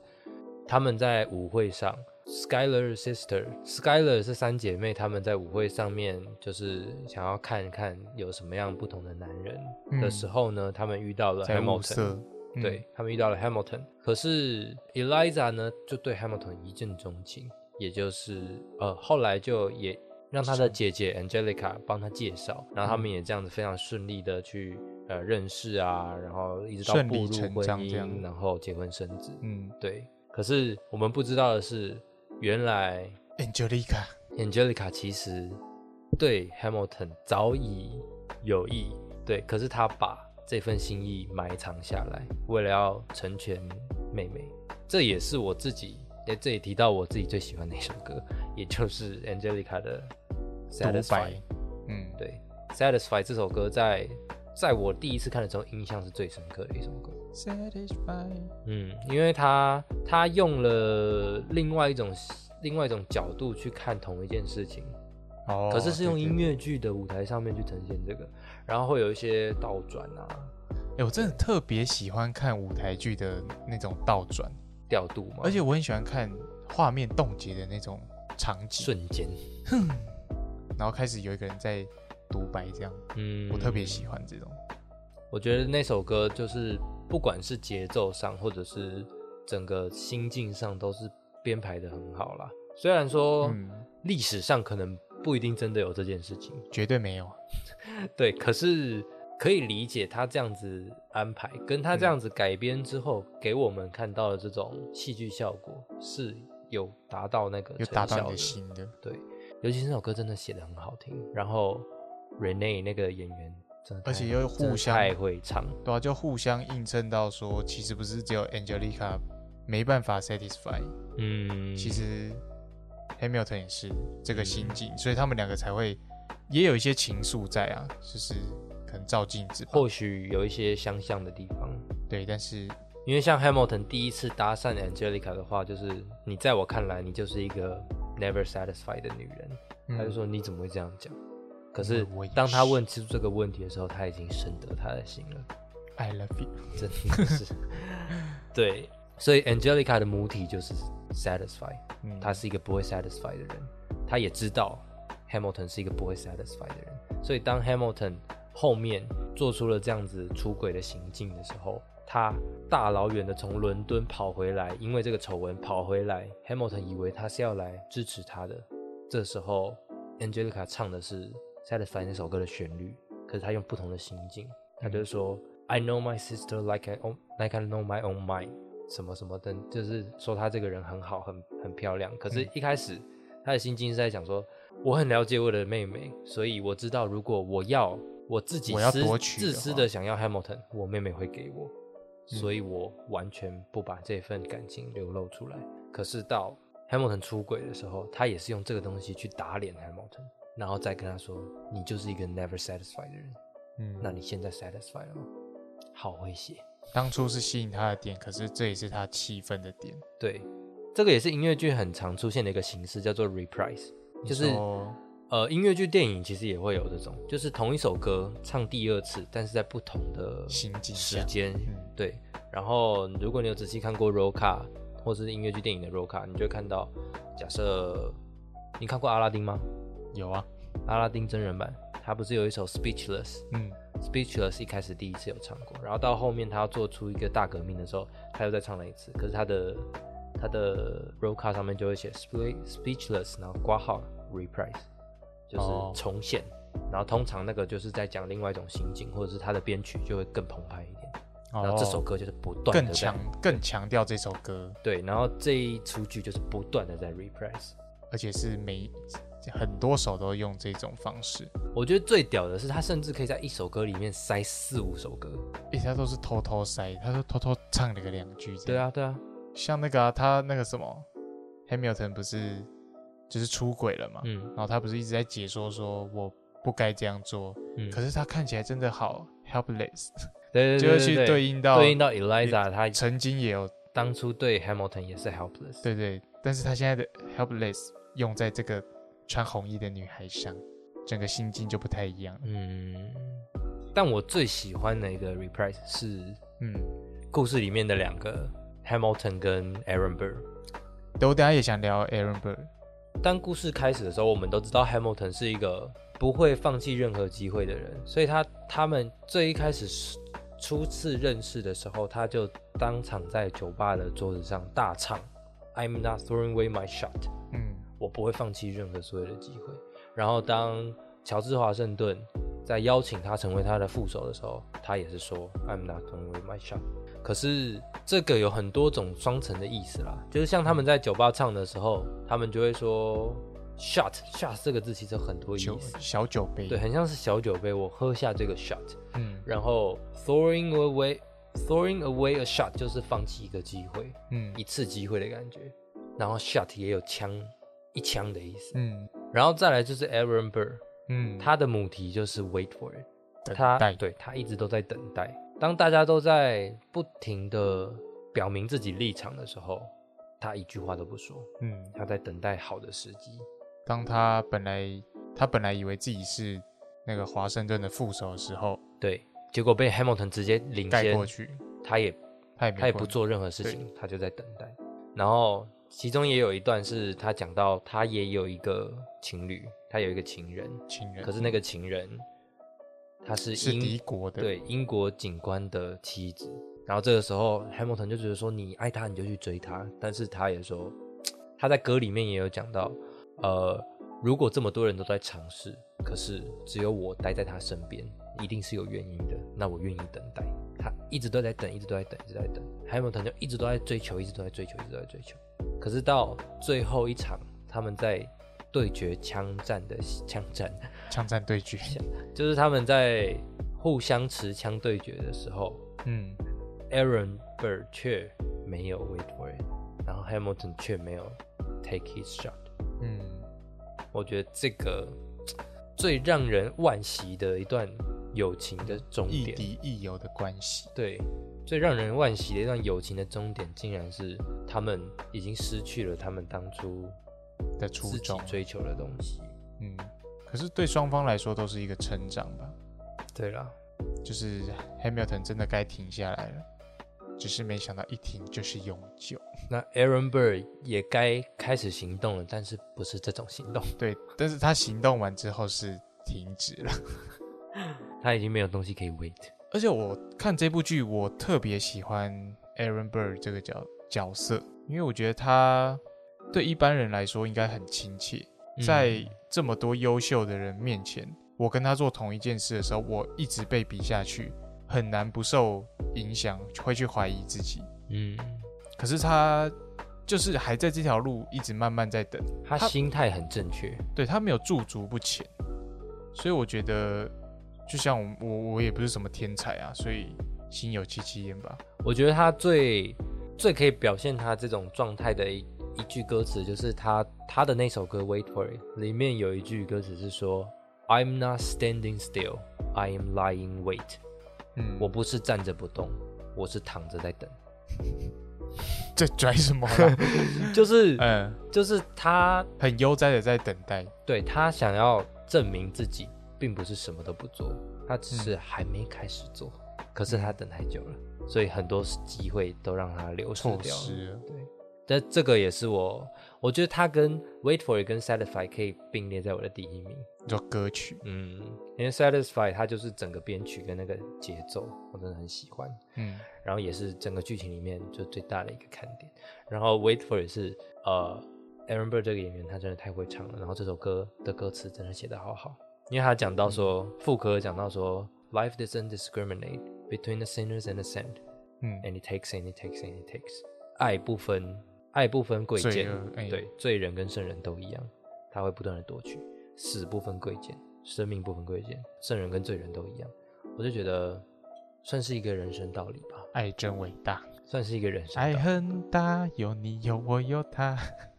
B: 他们在舞会上，Skyler sister Skyler 是三姐妹，她们在舞会上面就是想要看看有什么样不同的男人的
A: 嗯
B: 时候呢，她们遇到了
A: 在物
B: Hamilton，
A: 色，嗯
B: 对，他们遇到了 Hamilton，可是 Eliza 呢就对 Hamilton 一见钟情，也就是呃后来就也让他的姐姐 Angelica 帮他介绍，然
A: 嗯
B: 后他们也这样子非常顺利的去呃认识啊，然后一直到
A: 顺
B: 步
A: 理
B: 入
A: 成
B: 婚
A: 章这样
B: 姻，然后结婚生子。
A: 嗯
B: 对，可是我们不知道的是，原来
A: ，Angelica，
B: Angelica 其实对 Hamilton 早已有意，对，可是他把这份心意埋藏下来，为了要成全妹妹。这也是我自己，哎，这也提到我自己最喜欢的一首歌，也就是 Angelica 的
A: 独
B: Satisfy
A: 白。，嗯，
B: 对，Satisfy 这首歌在在我第一次看的时候，印象是最深刻的一首歌。
A: ，Satisfy，
B: 嗯，因为他他用了另外一种另外一种角度去看同一件事情，
A: 哦，
B: 可是是用
A: 对
B: 音，乐剧的舞台上面去呈现这个，然后会有一些倒转啊、
A: 对哎，我真的特别喜欢看舞台剧的那种倒转，
B: 调度嘛，
A: 而且我很喜欢看画面冻结的那种场景，
B: 瞬间，
A: 然后开始有一个人在独白这样，
B: 嗯
A: 我特别喜。欢这种，
B: 我觉得那首歌就是不管是节奏上，或者是整个心境上，都是编排的很好啦。虽然说
A: 嗯，
B: 历史上可能不一定真的有这件事情，
A: 绝对没有，啊
B: 对，可是可以理解他这样子安排，跟他这样子改编之后，给我们看到的这种戏剧效果是有达到那个
A: 又
B: 成
A: 打到
B: 效
A: 你的心的。
B: 对，尤其是那首歌真的写的很好听，然后 Rene 那个演员真的太，
A: 而且又
B: 真的
A: 互相
B: 太会唱，
A: 对啊，就互相映衬到说，其实不是只有 Angelica 没办法 satisfy，、
B: 嗯，
A: 其实 Hamilton 也是这个心
B: 嗯
A: 境，所以他们两个才会也有一些情愫在啊，就是可能照镜子吧，
B: 或许有一些相像的地方，
A: 对，但是
B: 因为像 Hamilton 第一次搭讪 Angelica 的话，就是你在我看来，你就是一个 never satisfied 的女人，
A: 嗯
B: 他就说你怎么会这样讲？可
A: 因
B: 是
A: 为我也
B: 当他
A: 是
B: 问出这个问题的时候，他已经深得他的心了。
A: I love you，
B: 真的 是，对，所以 Angelica 的母体就是 satisfy，
A: 嗯
B: 他是一个不会 satisfy 的人，他也知道 Hamilton 是一个不会 satisfy 的人，所以当 Hamilton 后面做出了这样子出轨的行径的时候，他大老远的从伦敦跑回来，因为这个丑闻跑回来，Hamilton 以为他是要来支持他的，这时候 Angelica 唱的是 satisfy 那首歌的旋律，可是他用不同的心境，他就说、I know my sister like I own like I know my own mind。什么什么的，就是说她这个人很好，很很漂亮。可
A: 嗯
B: 是，一开始她的心境是在讲说，我很了解我的妹妹，所以我知道如果我要我自己
A: 我要
B: 私
A: 夺取的
B: 自私
A: 话嗯
B: 的想要 Hamilton，我妹妹会给我，所以我完全不把这份感情流露出来。可是到 Hamilton 出轨的时候，他也是用这个东西去打脸 Hamilton，然后再跟他说，你就是一个 never satisfied 的人。
A: 嗯
B: 那你现在 satisfied 了吗？好会写，
A: 当初是吸引他的点，可是这也是他气氛的点。
B: 对，这个也是音乐剧很常出现的一个形式，叫做 reprise，
A: 你
B: 就是
A: 说
B: 呃音乐剧、电影其实也会有这种，就是同一首歌唱第二次，但是在不同的
A: 心境
B: 时
A: 下
B: 间。
A: 嗯，
B: 对，然后如果你有仔细看过 roll 卡或是音乐剧电影的 roll 卡，你就会看到，假设你看过阿拉丁吗？
A: 有啊，
B: 阿拉丁真人版，它不是有一首 Speechless？
A: 嗯，
B: Speechless 一开始第一次有唱过，然后到后面他要做出一个大革命的时候，他又再唱了一次。可是他的他的 roll card 上面就会写 spe- Speechless，然后挂号 reprise，
A: 哦
B: 就是重现。然后通常那个就是在讲另外一种心境，或者是他的编曲就会更澎湃一点。然后这首
A: 哦
B: 歌就是不断
A: 更
B: 的在
A: 强更强调这首歌，
B: 对，然后这一出剧就是不断的在 reprise。
A: 而且是每很多首都用这种方式，
B: 我觉得最屌的是，他甚至可以在一首歌里面塞四五首歌。
A: 而且他都是偷偷塞，他都偷偷唱了个两句。
B: 对，啊，对啊，
A: 像那个、啊、他那个什么 Hamilton 不是就是出轨了嘛，
B: 嗯
A: 然后他不是一直在解说说我不该这样做，
B: 嗯，
A: 可是他看起来真的好 helpless，
B: 对对
A: 就
B: 对
A: 会
B: 对
A: 去
B: 对
A: 对应到
B: 对应到 Eliza，他
A: 曾经也有
B: 当初对 Hamilton 也是 helpless。
A: 对对，但是他现在的 helpless 用在这个穿红衣的女孩上，整个心境就不太一样了。
B: 嗯，但我最喜欢的一个 reprise 是
A: 嗯，
B: 故事里面的两个 Hamilton 跟 Aaron Burr。
A: 对我等一下也想聊 Aaron Burr，
B: 当故事开始的时候，我们都知道 Hamilton 是一个不会放弃任何机会的人，所以他他们最一开始是初次认识的时候，他就当场在酒吧的桌子上大唱 "I'm not throwing away my shot"，
A: 嗯，
B: 我不会放弃任何所有的机会。然后当乔治华盛顿在邀请他成为他的副手的时候，他也是说 I'm not going with my shot。可是这个有很多种双层的意思啦，就是像他们在酒吧唱的时候，他们就会说 shot shot 这个字其实有很多意
A: 酒
B: 思，
A: 小酒杯，
B: 对，，很像是小酒杯，我喝下这个 shot。
A: 嗯
B: 然后 throwing away throwing away a shot 就是放弃一个机会，
A: 嗯
B: 一次机会的感觉。然后 shot 也有枪一枪的意思。
A: 嗯
B: 然后再来就是 Aaron Burr，
A: 嗯，
B: 他的母题就是 Wait for it，
A: 等
B: 他
A: 待
B: 对他一直都在等待。当大家都在不停的表明自己立场的时候，他一句话都不说，
A: 嗯，
B: 他在等待好的时机。
A: 当他本来他本来以为自己是那个华盛顿的副手的时候，
B: 对，结果被 Hamilton 直接领
A: 盖过
B: 先，
A: 去，
B: 他也
A: 他也没
B: 他也不
A: 管，
B: 做任何事情，他就在等待。然后其中也有一段是他讲到他也有一个情侣，他有一个情人，
A: 情人，
B: 可是那个情人他是
A: 嗯是
B: 英
A: 敌国的，
B: 对英国警官的妻子。然后这个时候，Hamilton 就觉得说你爱他你就去追他，但是他也说他在歌里面也有讲到，呃，如果这么多人都在尝试，可是只有我待在他身边，一定是有原因的。那我愿意等待。他一直都在等，一直都在等，一直都在等。Hamilton 就一直都在追求，一直都在追求，一直都在追求。可是到最后一场，他们在对决枪战的枪战，
A: 枪战对决，
B: 就是他们在互相持枪对决的时候
A: 嗯，
B: ，Aaron Burr 却没有 wait for it，然后 Hamilton 却没有 take his shot。
A: 嗯，
B: 我觉得这个最让人惋惜的一段友情的终
A: 亦
B: 点，
A: 敌亦友的关系，
B: 对，最让人惋惜的一段友情的终点，竟然是他们已经失去了他们当初
A: 的初
B: 自己
A: 衷，
B: 追求的东西。
A: 嗯，可是对双方来说都是一个成长吧，
B: 对啦，
A: 就是 Hamilton 真的该停下来了，只是没想到一停就是永久，
B: 那 Aaron Burr 也该开始行动了，但是不是这种行动。
A: 对，但是他行动完之后是停止了。
B: 他已经没有东西可以 wait。
A: 而且我看这部剧，我特别喜欢 Aaron Burr 这个角角色，因为我觉得他对一般人来说应该很亲切，
B: 嗯
A: 在这么多优秀的人面前，我跟他做同一件事的时候，我一直被比下去，很难不受影响，会去怀疑自己。
B: 嗯，
A: 可是他就是还在这条路一直慢慢在等，
B: 他
A: 他
B: 心态很正确。
A: 对他没有驻足不前，所以我觉得，就像我我我也不是什么天才啊，所以心有戚戚焉吧。
B: 我觉得他最最可以表现他这种状态的一一句歌词，就是他他的那首歌《Wait for It》里面有一句歌词是说：“I'm not standing still, I am lying wait。”
A: 嗯，
B: 我不是站着不动，我是躺着在等，
A: 在拽什么 啦？
B: 就是
A: 嗯，
B: 就是他
A: 很悠哉的在等待。
B: 对他想要证明自己，并不是什么都不做，他
A: 嗯
B: 只是还没开始做，可是他等太久了，所以很多机会都让他流失
A: 错
B: 掉了。
A: 失了，
B: 对，但这个也是我，我觉得他跟 Wait for It 跟 Satisfy 可以并列在我的第一名。
A: 你说歌曲，
B: 嗯，因为 Satisfy 它就是整个编曲跟那个节奏，我真的很喜欢。
A: 嗯，
B: 然后也是整个剧情里面就最大的一个看点。然后 Wait for It 是呃，Aaron Burr 这个演员他真的太会唱了，然后这首歌的歌词真的写得好好，因为他讲到说、
A: 嗯
B: 副歌讲到说 Life doesn't discriminate between the sinners and the saint,
A: 嗯
B: and it takes and it takes and it takes，爱不分爱不分贵
A: 罪
B: 贱
A: 恶，哎
B: 对，罪人跟圣人都一样，他会不断的夺取，死不分贵贱，生命不分贵贱，圣人跟罪人都一样，我就觉得算是一个人生道理吧。
A: 爱真伟大，
B: 算是一个人生
A: 爱
B: 道
A: 很大，有你有我有他。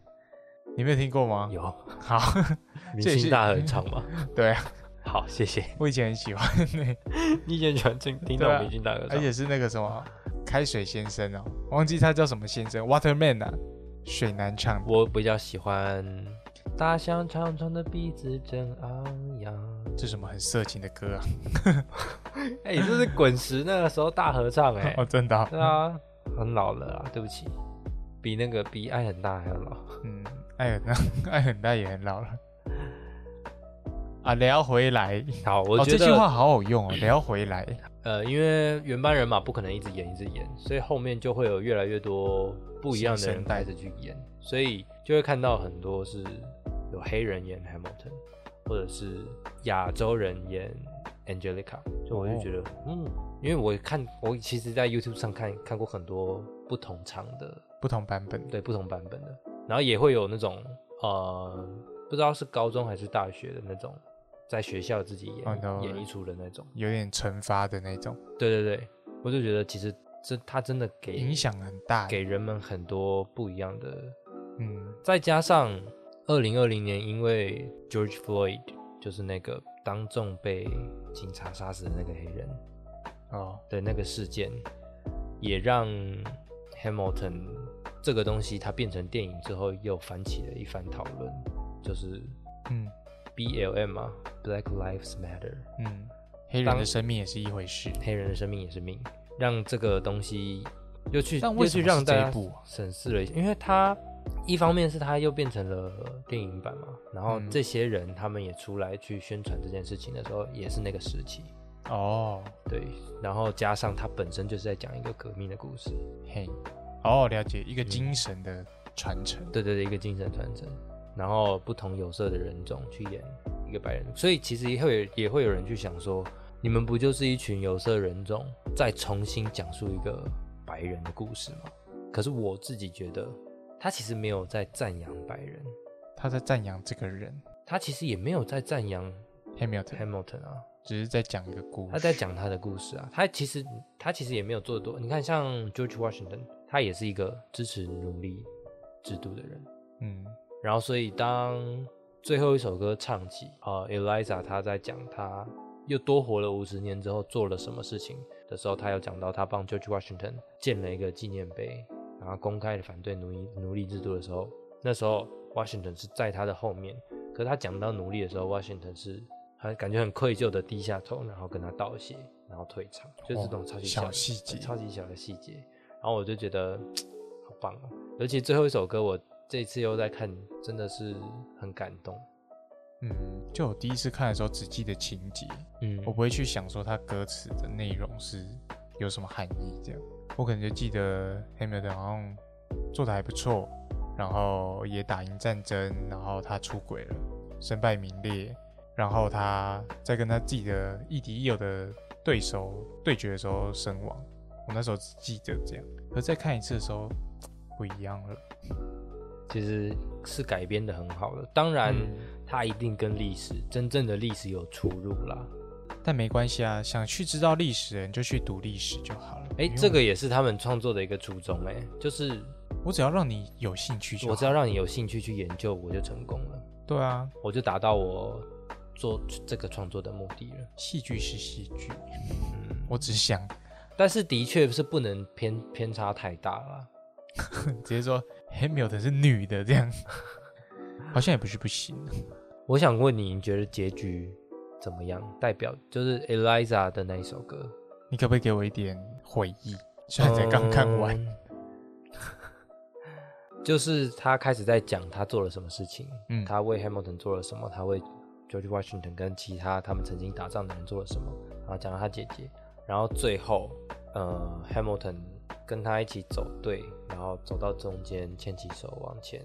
A: 你没有听过 吗？
B: 有
A: 好，这也
B: 明
A: 是
B: 星大 合唱嘛？
A: 对啊，
B: 好，谢谢。
A: 我以前很喜欢、欸，
B: 你以前喜欢听听
A: 对
B: 到
A: 啊
B: 明星大合
A: 而
B: 唱，
A: 且是那个什么开水先生哦，忘记他叫什么先生，Waterman 啊，水男唱的，
B: 我比较喜欢大象长长的鼻子真昂扬。
A: 这什么很色情的歌啊？
B: 哎、这是滚石那个时候大合唱哎、
A: 哦，真的、哦，
B: 对啊，很老了啊，对不起，比那个比爱很大还要老。
A: 嗯，爱很大，爱很大也很老了。啊，聊回来，
B: 好，我
A: 哦，
B: 觉
A: 这
B: 得、
A: 句话好好用哦，聊回来，
B: 呃，因为原班人马不可能一直演一直演，所以后面就会有越来越多不一样的
A: 新
B: 人
A: 生代
B: 开始去演，所以就会看到很多是有黑人演 Hamilton，或者是亚洲人演 Angelica，所以
A: 哦
B: 我就觉得，嗯，因为我看我其实在 YouTube 上看看过很多不同场的
A: 不同版本的，
B: 对不同版本的，然后也会有那种呃，不知道是高中还是大学的那种，在学校自己演、
A: 哦懂了
B: 演一出的那种。
A: 有点惩罚的那种，
B: 对对对，我就觉得其实这他真的给
A: 影响很大。
B: 给人们很多不一样的，
A: 嗯，
B: 再加上二零二零年因为 George Floyd 就是那个当众被警察杀死的那个黑人
A: 哦，
B: 的那个事件，也让 Hamilton 这个东西它变成电影之后又翻起了一番讨论，就是
A: 嗯
B: BLM 嘛，Black Lives Matter。
A: 嗯，黑人
B: 当
A: 的生命也是一回事。
B: 黑人的生命也是命，让这个东西又去
A: 但
B: 又
A: 为什
B: 去
A: 么
B: 让
A: 是
B: 大
A: 这
B: 家
A: 一部啊
B: 审视了一下，因为它一方面是它又变成了电影版嘛，然后
A: 嗯
B: 这些人他们也出来去宣传这件事情的时候，也是那个时期，
A: 哦，
B: 对，然后加上它本身就是在讲一个革命的故事，
A: 嘿，哦，了解一个精神的传承。
B: 对对对，一个精神传承，然后不同有色的人种去演一个白人，所以其实也会有也会有人去想说，你们不就是一群有色人种再重新讲述一个白人的故事吗？可是我自己觉得，他其实没有在赞扬白人，
A: 他在赞扬这个人
B: 他其实也没有在赞扬
A: Hamilton，
B: Hamilton 啊，
A: 只是在讲一个故事。
B: 他在讲他的故事啊，他其实他其实也没有做多，你看像 George Washington，他也是一个支持奴隶制度的人。
A: 嗯
B: 然后所以当最后一首歌唱起，呃，Eliza 她在讲她又多活了五十年之后做了什么事情的时候，她有讲到她帮 George Washington 建了一个纪念碑，然后公开的反对奴役奴隶制度的时候，那时候 Washington 是在他的后面，可是他讲到奴隶的时候，Washington 是很感觉很愧疚的低下头，然后跟他道谢，然后退场，就是这种超
A: 哦
B: 级
A: 小
B: 的
A: 细节
B: 超级小的细节。然后我就觉得好棒哦，尤其最后一首歌，我这次又在看，真的是很感动。
A: 嗯，就我第一次看的时候只记得情节，
B: 嗯
A: 我不会去想说他歌词的内容是有什么含义这样。我可能就记得 Hamilton 好像做的还不错，然后也打赢战争，然后他出轨了，身败名裂，然后他在跟他自己的亦敌亦友的对手对决的时候身亡。我那时候只记得这样，可再看一次的时候不一样了。
B: 其实是改编的很好的，当然
A: 嗯
B: 它一定跟历史真正的历史有出入啦。
A: 但没关系啊，想去知道历史的人就去读历史就好了。
B: 哎、
A: 不用
B: 这个也是他们创作的一个初衷、哎，就是
A: 我只要让你有兴趣就好。
B: 我只要让你有兴趣去研究，我就成功了，
A: 对啊，
B: 我就达到我做这个创作的目的了。
A: 戏剧是戏剧，
B: 嗯，
A: 我只想
B: 但是的确是不能偏偏差太大了。
A: 直接说 Hamilton 是女的这样，好像也不是不行。
B: 我想问你，你觉得结局怎么样？代表就是 Eliza 的那一首歌，
A: 你可不可以给我一点回忆？虽然才刚看完，
B: 嗯， 就是他开始在讲他做了什么事情，
A: 嗯
B: 他为 Hamilton 做了什么，他为 George Washington 跟其他他们曾经打仗的人做了什么，然后讲到他姐姐，然后最后，呃，Hamilton 跟他一起走队，然后走到中间，牵起手往前，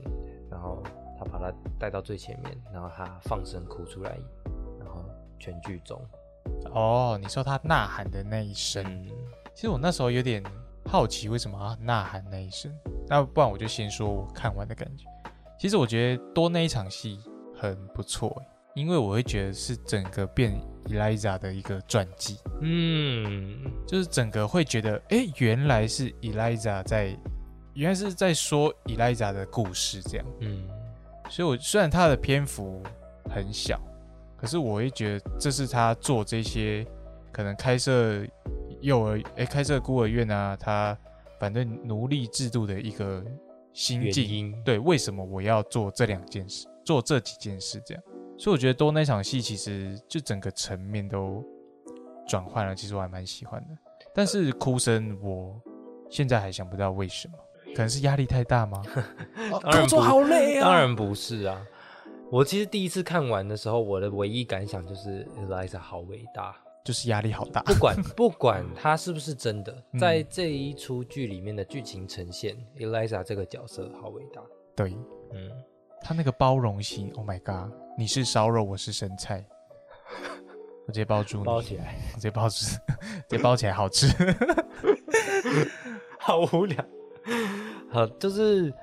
B: 然后他把他带到最前面，然后他放声哭出来，然后全剧终。
A: 哦，你说他呐喊的那一声，
B: 嗯，
A: 其实我那时候有点好奇，为什么要呐喊那一声？那不然我就先说我看完的感觉。其实我觉得多那一场戏很不错欸，因为我会觉得是整个变 Eliza 的一个传记，
B: 嗯，
A: 就是整个会觉得，哎，原来是 Eliza 在，原来是在说 Eliza 的故事这样。
B: 嗯，
A: 所以我虽然他的篇幅很小，可是我会觉得这是他做这些可能开设幼儿诶、开设孤儿院啊，他反正奴隶制度的一个心
B: 原
A: 境。
B: 因，
A: 对，为什么我要做这两件事，做这几件事这样？所以我觉得多那场戏其实就整个层面都转换了，其实我还蛮喜欢的。但是哭声我现在还想不到为什么，可能是压力太大 吗？哦
B: 当然
A: 工作
B: 不
A: 好累啊！
B: 当然不是啊，我其实第一次看完的时候，我的唯一感想就是 Eliza 好伟大，
A: 就是压力好大。
B: 不 管不管她是不是真的，
A: 嗯
B: 在这一出剧里面的剧情呈现，Eliza 这个角色好伟大。
A: 对，
B: 嗯，
A: 他那个包容心，Oh my god！你是烧肉，我是生菜，我直啊接包住你，
B: 包起来，
A: 我直接包住， 直接包起来好吃。
B: 好无聊。好，就是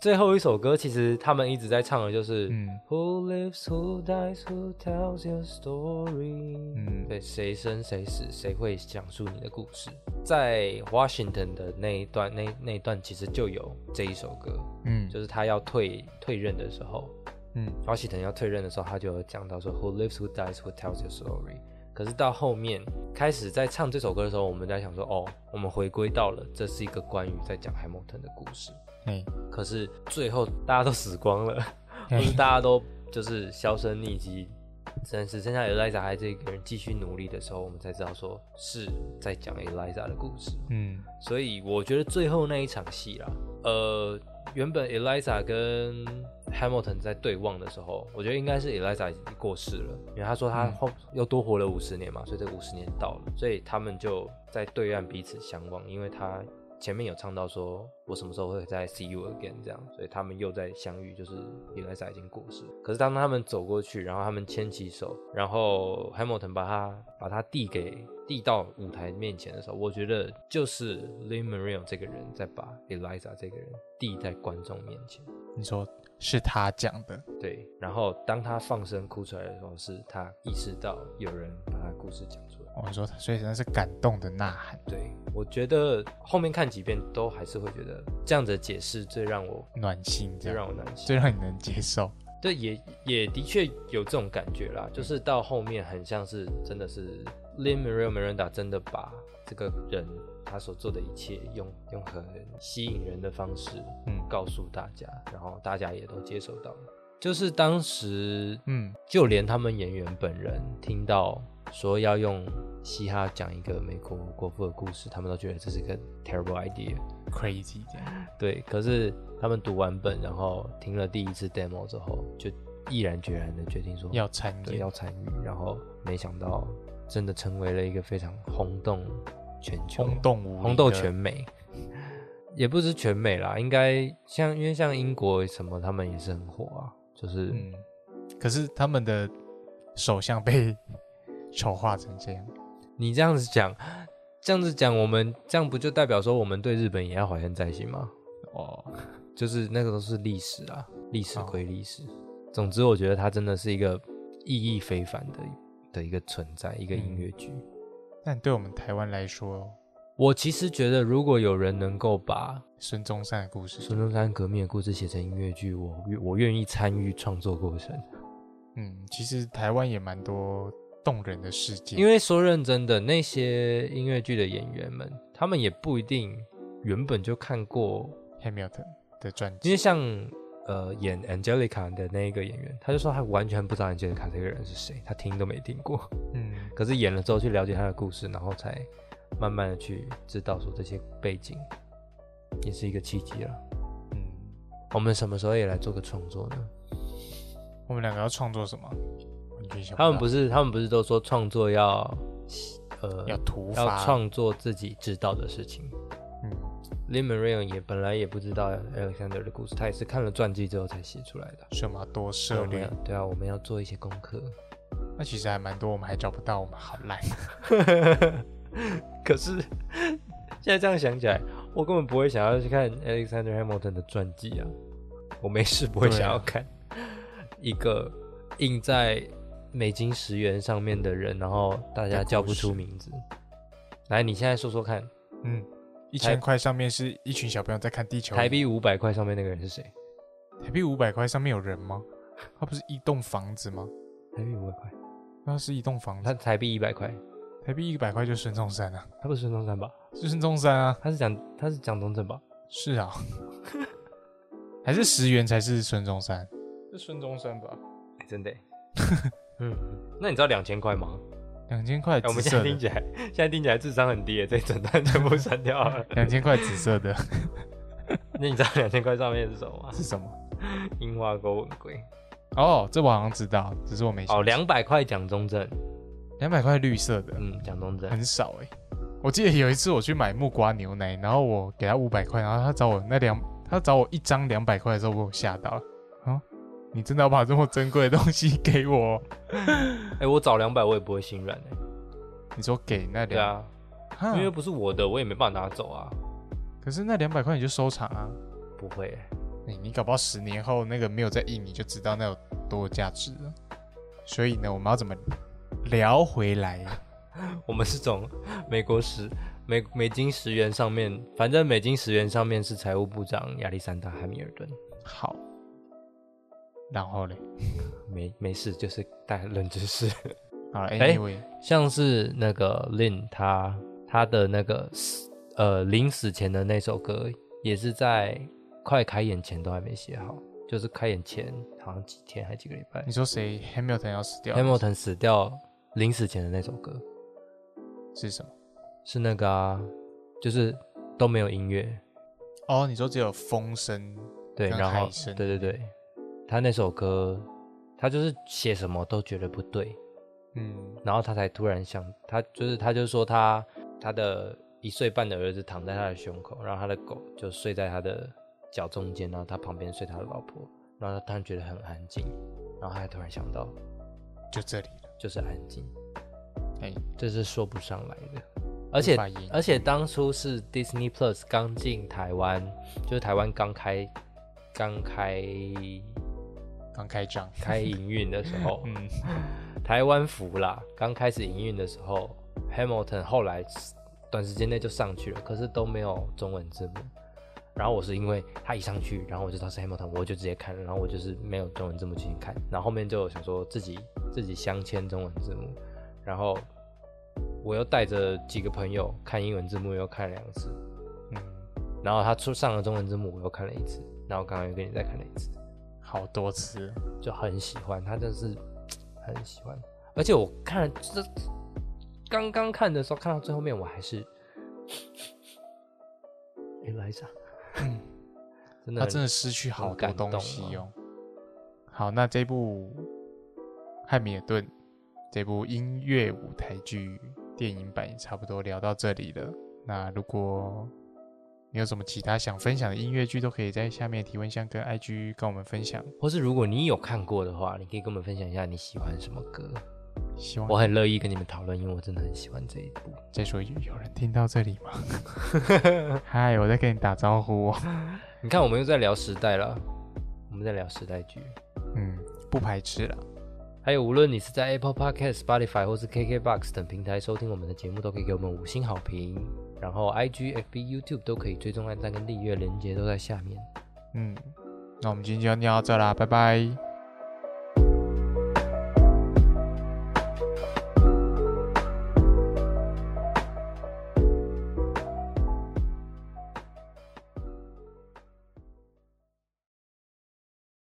B: 最后一首歌，其实他们一直在唱的就是。
A: 嗯
B: Who lives, who dies, who tells your story？
A: 嗯
B: 对，谁生谁死，谁会讲述你的故事？在 Washington 的那一段，那那一段其实就有这一首歌，
A: 嗯
B: 就是他要退退任的时候
A: 嗯，
B: ，Washington 要退任的时候，他就有讲到说 Who lives, who dies, who tells your story？可是到后面开始在唱这首歌的时候，我们在想说，哦，我们回归到了这是一个关于在讲 Hamilton 的故事。
A: 哎、
B: 可是最后大家都死光了，
A: 嘿
B: 或是大家都就是销声匿迹，真是剩下 Eliza 还这一个人继续努力的时候，我们才知道说是在讲 Eliza 的故事。
A: 嗯
B: 所以我觉得最后那一场戏啦，呃，原本 Eliza 跟 Hamilton 在对望的时候，我觉得应该是 Eliza 已经过世了，因为他说他
A: 嗯
B: 后又多活了五十年嘛，所以这五十年到了，所以他们就在对岸彼此相望，因为他前面有唱到说我什么时候会再 see you again 这样，所以他们又在相遇，就是 Eliza 已经过世，可是当他们走过去，然后他们牵起手，然后 Hamilton 把他把他递给递到舞台面前的时候，我觉得就是 Lin Manuel 这个人在把 Eliza 这个人递在观众面前。
A: 你说是他讲的，
B: 对，然后当他放声哭出来的时候，是他意识到有人把他故事讲出来。
A: 我说他，所以那是感动的呐喊，
B: 对，我觉得后面看几遍都还是会觉得这样子的解释最让我
A: 暖心这
B: 最
A: 样，
B: 让我难心。
A: 最让你能接受。
B: 对，也也的确有这种感觉啦，就是到后面很像是真的是 Lin Manuel Miranda 真的把这个人他所做的一切用用很吸引人的方式
A: 嗯
B: 告诉大家，然后大家也都接受到了。就是当时
A: 嗯，
B: 就连他们演员本人听到说要用嘻哈讲一个美国国父的故事，他们都觉得这是一个 terrible idea。
A: crazy 这样，
B: 对，可是他们读完本，然后听了第一次 demo 之后，就毅然决然的决定说
A: 要参
B: 对
A: 与，
B: 要参与，然后没想到真的成为了一个非常轰动全球、
A: 轰动无
B: 红豆全美，也不是全美啦，应该像因为像英国什么，他们也是很火啊，就是、
A: 嗯，可是他们的首相被 丑化成这样，
B: 你这样子讲，这样子讲，我们这样不就代表说我们对日本也要怀恨在心吗？
A: 哦，
B: 就是那个都是历史啊，历史
A: 哦
B: 归历史。总之，我觉得它真的是一个意义非凡的的一个存在，一个音乐剧。
A: 但对我们台湾来说，
B: 我其实觉得，如果有人能够把
A: 孙中山的故事，
B: 孙中山革命的故事写成音乐剧，我我愿意参与创作过程。
A: 嗯，其实台湾也蛮多动人的世界。
B: 因为说认真的，那些音乐剧的演员们，他们也不一定原本就看过，
A: Hamilton 的传
B: 因
A: 记，
B: 为像呃演 Angelica 的那一个演员，他就说他完全不知道 Angelica 这个人是谁，他听都没听过。
A: 嗯，
B: 可是演了之后去了解他的故事，然后才慢慢的去知道说这些背景，也是一个契机了。
A: 嗯，
B: 我们什么时候也来做个创作呢？
A: 我们两个要创作什么？完全想
B: 他们不
A: 是
B: 是他们不是都说创作要呃
A: 要突发
B: 要，创作自己知道的事情。
A: 嗯
B: Lin Manuel 也本来也不知道 Alexander 的故事，他也是看了传记之后才写出来的。
A: 什么多涉
B: 对
A: 猎
B: 啊，，对啊，我们要做一些功课。
A: 那其实还蛮多，我们还找不到，我们好 烂。
B: 可是现在这样想起来，我根本不会想要去看 Alexander Hamilton 的传记啊，我没事不会
A: 对啊
B: 想要看一个印在美金十元上面的人，然后大家叫不出名字。来，你现在说说看，
A: 嗯，一
B: 台
A: 千块上面是一群小朋友在看地球仪，
B: 台币五百块上面那个人是谁？
A: 台币五百块上面有人吗？它不是一栋房子吗？
B: 台币五百块，
A: 那是一栋房
B: 他
A: 子，
B: 台币一百块，
A: 台币一百块就是孙中山啊，
B: 他不是孙中山吧？
A: 就是孙中山啊，
B: 他是蒋，他是蒋中正吧？
A: 是 啊，还是十元才是孙中山？是孙中山吧？
B: 哎真 的欸。嗯，那你知道两千块吗？
A: 两千块
B: 哎我
A: 紫
B: 们现在
A: 色
B: 听
A: 的，。
B: 起来，现在听起来智商很低欸耶，这一整段全部删掉 了
A: 两千块紫色的
B: 那你知道两千块上面是什么吗？
A: 是什么？
B: 樱花勾吻龟。
A: 哦，这我好像知道，只是我没想
B: 哦，
A: 起
B: 两百块蒋中 正，
A: 两百块绿色的，
B: 嗯，蒋中正，
A: 很少哎、我记得有一次我去买木瓜牛奶，然后我给他五百块，然后他找我那两，他找我一张两百块的时候，我有吓到了啊！你真的要把这么珍贵的东西给我？
B: 哎、我找两百我也不会心软哎。
A: 你说给那
B: 对
A: 两，
B: 啊，
A: 哈
B: 因为不是我的，我也没办法拿走啊。
A: 可是那两百块你就收藏啊，
B: 不会 耶，
A: 你你搞不好十年后那个没有在印，你就知道那有多有价值了。所以呢，我们要怎么聊回来？啊
B: 我们是从美国十美美金十元上面，反正美金十元上面是财务部长亚历山大汉密尔顿。
A: 好，然后嘞，
B: 没没事，就是带冷知识。
A: 好了
B: 哎
A: ，anyway，、
B: 像是那个 Lin 他他的那个死呃临死前的那首歌，也是在快开演前都还没写好，就是开演前好像几天还几个礼拜
A: 你说谁 Hamilton 要死掉了
B: ，Hamilton 死掉临死前的那首歌
A: 是什么？
B: 是那个啊，就是都没有音乐，
A: 哦，你说只有风声
B: 对，
A: 跟
B: 然后
A: 海声
B: 对对对，他那首歌他就是写什么都觉得不对，
A: 嗯，
B: 然后他才突然想，他就是他就说他他的一岁半的儿子躺在他的胸口，然后他的狗就睡在他的脚中间，然后他旁边睡他的老婆，然后他突然觉得很安静，然后他突然想到
A: 就这里了。
B: 就是安静，
A: 哎，
B: 这是说不上来的。而且
A: 无法言喻
B: 而且当初是 Disney Plus 刚进台湾，就是台湾刚开刚开
A: 刚开张，，
B: 开营运的时候
A: 嗯，
B: 台湾服啦，刚开始营运的时候，Hamilton 后来短时间内就上去了，可是都没有中文字幕。然后我是因为他一上去，然后我就知道是 Hamilton，我就直接看了，然后我就是没有中文字幕进去看，然后后面就想说自己自己镶嵌中文字幕，然后我又带着几个朋友看英文字幕，又看了两次，
A: 嗯，
B: 然后他出上了中文字幕，我又看了一次，然后刚刚又跟你再看了一次，
A: 好多次，
B: 就很喜欢，他真的是很喜欢。而且我看了这刚刚看的时候，看到最后面，我还是哎来啥？
A: 嗯
B: 真的
A: 他
B: 很，
A: 真的失去好多东西
B: 很感啊
A: 哦。好，那这部《汉密尔顿》这部音乐舞台剧电影版也差不多聊到这里了。那如果你有什么其他想分享的音乐剧，都可以在下面提问箱跟 IG 跟我们分享。
B: 或是如果你有看过的话，你可以跟我们分享一下你喜欢什么歌，
A: 希望
B: 我很乐意跟你们讨论，因为我真的很喜欢这一部。
A: 再说一句，有人听到这里吗？ 嗨，我在跟你打招呼、哦。
B: 你看，我们又在聊时代了，我们在聊时代剧。
A: 嗯，不排斥了。
B: 还有，无论你是在 Apple Podcast、Spotify 或是 KKBox 等平台收听我们的节目，都可以给我们五星好评。然后 IG、FB、YouTube 都可以追踪、按赞跟订阅，连接都在下面。
A: 嗯，那我们今天就要聊到这啦，拜拜。